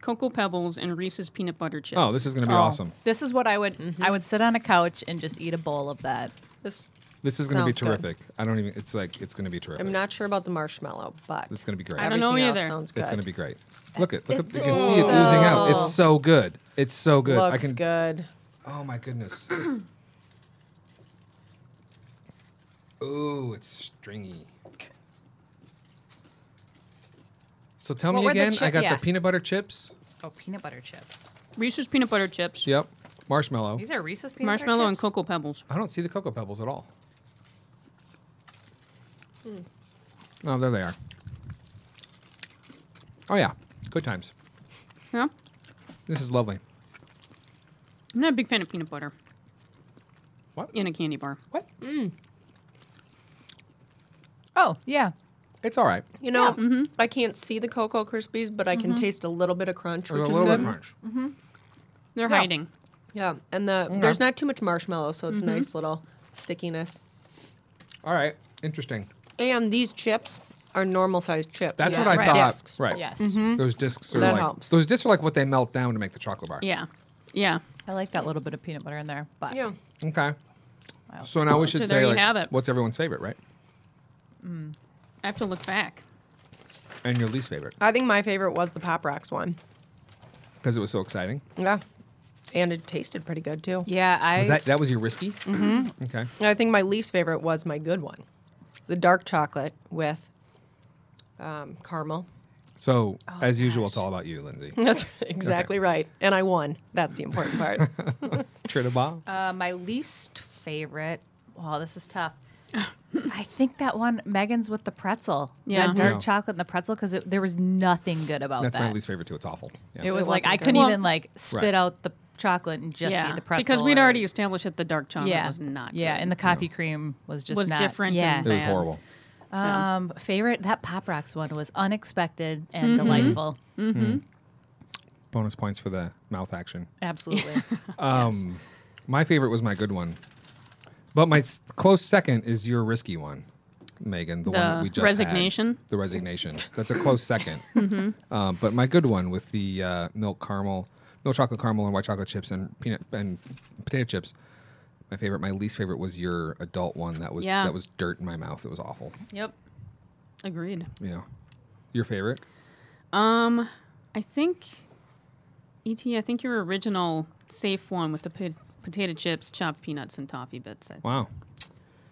E: cocoa pebbles, and Reese's peanut butter chips.
B: oh, this is gonna be awesome.
C: This is what I would.
E: Mm-hmm.
C: I would sit on a couch and just eat a bowl of that.
D: This-
B: This is gonna be
D: Sounds good.
B: terrific. I don't even it's like it's gonna be terrific.
D: I'm not sure about the marshmallow, but
B: it's gonna be great.
E: I don't know
D: everything else
E: either.
D: Sounds good.
B: It's gonna be great. Look at look at you can see it oozing out. It's so good. It's so good.
D: Looks
B: I can
D: good.
B: Oh my goodness. Oh, it's stringy. So tell
C: What
B: me
C: were the
B: again. I
C: chip-
B: got
C: yeah.
B: the peanut butter chips.
C: Oh, peanut butter chips.
E: Reese's peanut butter chips,
B: Yep. Marshmallow.
C: These are Reese's peanut
E: marshmallow
C: butter
E: and
C: chips.
E: cocoa pebbles.
B: I don't see the cocoa pebbles at all. Oh, there they are. Oh yeah, good times.
E: Yeah,
B: This is lovely.
E: I'm not a big fan of peanut butter
B: What? Mm.
E: in a candy bar.
B: What?
A: Oh yeah,
B: It's all right.
D: You know,
E: Mm-hmm.
D: I can't see the Cocoa Krispies, but I can taste a little bit of crunch,
B: There's
D: which
B: a
D: is
B: little bit
D: good. Mm-hmm.
B: of crunch.
E: They're
A: Yeah.
E: hiding.
D: Yeah, and the there's not too much marshmallow, so it's a nice little stickiness.
B: All right, interesting.
D: And these chips are normal sized chips.
B: That's
D: yeah.
B: what I
A: right.
B: thought.
D: Discs.
B: Right.
A: Yes.
B: Those discs are
D: Mm-hmm. That
B: like
D: helps.
B: those discs are like what they melt down to make the chocolate bar.
E: Yeah, yeah.
A: I like that little bit of peanut butter in there. But
D: Yeah.
B: Okay.
A: Wow.
B: So now we should
E: So there
B: say
E: you
B: like,
E: have it.
B: what's everyone's favorite, right?
E: I have to look back.
B: And your least favorite
D: I think my favorite was the Pop Rocks one.
B: because it was so exciting.
D: Yeah. And it tasted pretty good too.
C: Yeah, I
B: Was that that was your risky? Mm-hmm. Okay.
D: And I think my least favorite was my good one. The dark chocolate with um, caramel.
B: So as usual, it's all about you, Lindsay.
D: That's exactly right. And I won. That's the important part.
B: Trina Bob.
C: uh, my least favorite. Wow, this is tough. I think that one Megan's with the pretzel.
E: Yeah.
C: that dark
B: Yeah.
C: chocolate and the pretzel because there was nothing good about
B: That's
C: that.
B: my least favorite too. It's awful. Yeah.
C: It was
D: It
C: like
D: wasn't
C: I
D: good.
C: couldn't
E: Well-
C: even like spit
B: Right.
C: out the chocolate and just
E: yeah,
C: eat the pretzel.
E: because we'd
C: or-
E: already established that the dark chocolate
C: yeah
E: was not.
C: yeah,
E: good.
C: and the coffee cream was just
E: Was
C: not-
E: different
C: Yeah,
E: and
B: it was
E: bad.
B: horrible.
C: Um, favorite that Pop Rocks one was unexpected and
E: Mm-hmm.
C: delightful.
B: Bonus points for the mouth action.
C: Absolutely.
B: My favorite was my good one, but my s- close second is your risky one, Megan. The, one that
E: The
B: we just
E: resignation? Mm-hmm.
B: Had, the resignation. That's a close 2nd Um, but my good one with the uh, milk caramel, milk chocolate caramel, and white chocolate chips and peanut and potato chips. My favorite, my least favorite was your adult one. That was
E: Yeah.
B: that was dirt in my mouth. It was awful.
E: Yep. Agreed.
B: Yeah. Your favorite?
E: Um, I think, Et, I think your original safe one with the pot- potato chips, chopped peanuts, and toffee bits. I think.
B: Wow.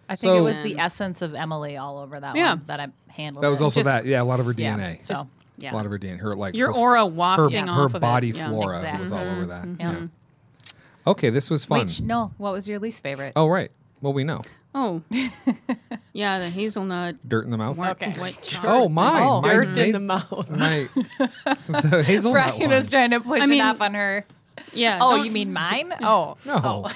C: I think it
B: So-
C: was the essence of Emily all over that
E: Yeah.
C: one that I handled.
B: That was
C: it.
B: also
E: Just-
B: that. Yeah, a lot of her
C: Yeah,
B: DNA.
C: so-
B: A
E: yeah.
B: lot of her DNA. Her like
E: Your
B: her,
E: aura
B: her,
E: wafting
B: her
E: off of
B: body
E: it. Yeah. Mm-hmm,
B: flora
C: Exactly.
B: was all over that.
C: Yeah.
B: Yeah. Okay, this was fun.
C: Wait, sh- no. What was your least favorite?
B: oh right. Well, we know
E: Oh, yeah, the hazelnut.
B: dirt in the mouth.
E: wa-
C: Okay.
E: White
B: Oh my!
C: Oh.
B: my
D: Dirt in
B: ma-
D: the mouth.
B: My the hazelnut
C: Brian
B: one.
C: was trying to push
E: I mean-
C: it off on her.
E: Yeah.
C: Oh,
E: don't-
C: you mean mine? Oh,
B: no,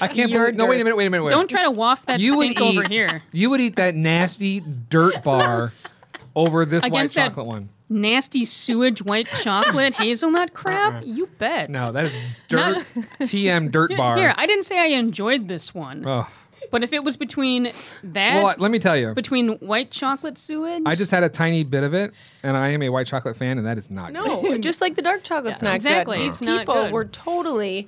B: I can't.
D: Your
B: Believe, no, wait a
D: dirt.
B: minute. Wait a minute. Wait.
E: Don't try to waft that
B: you E would
E: stink
B: eat,
E: over here.
B: You would eat that nasty dirt bar over this
E: Against
B: white
E: that-
B: chocolate one.
E: Nasty sewage white chocolate hazelnut crap. You bet.
B: Uh-uh. No, that is dirt. TM dirt bar.
E: Here, I didn't say I enjoyed this one,
B: oh.
E: but if it was between that,
B: Well, let me tell you.
E: between white chocolate sewage,
B: I just had a tiny bit of it, and I am a white chocolate fan, and that is not good.
D: No, just like the dark chocolate's not
E: Exactly,
D: good. These
E: it's not
D: people
E: good.
D: were totally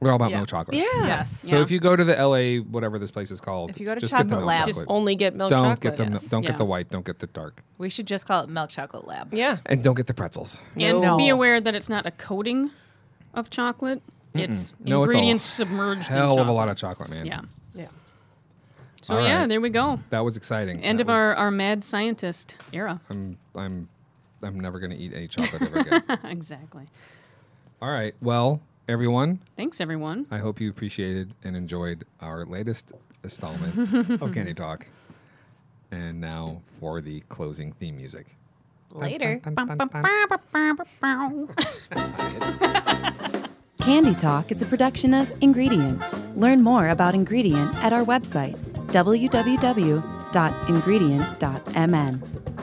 B: We're all about
D: Yeah.
B: milk chocolate.
C: yes.
B: So
E: Yeah.
B: if you go to the LA, whatever this place is called,
C: If you go to
B: just get the
C: Chocolate
B: milk
C: Lab.
B: chocolate.
C: Just
D: only get milk
B: don't
D: chocolate.
B: get the mil-
C: yes.
B: don't
E: Yeah.
B: get the white, don't get the dark,
C: We should just call it Milk Chocolate Lab.
D: yeah.
B: and don't get the pretzels.
E: and
D: No.
E: be aware that it's not a coating of chocolate. It's
B: No, it's a
E: ingredients submerged. in
B: Hell of a
E: chocolate.
B: lot of chocolate, man.
E: Yeah.
D: Yeah.
E: So
B: All
E: yeah,
B: right.
E: there we go.
B: that was exciting.
E: End
B: That
E: of our,
B: was- Um,
E: our mad scientist era.
B: I'm I'm I'm never gonna eat any chocolate ever again.
E: exactly.
B: all right, well, everyone,
E: Thanks everyone.
B: I hope you appreciated and enjoyed our latest installment of Candy Talk. And now for the closing theme music.
C: Later.
B: Dun, dun, dun, dun, dun. That's not it.
F: Candy Talk is a production of Ingredient. Learn more about Ingredient at our website, www.ingredient.mn.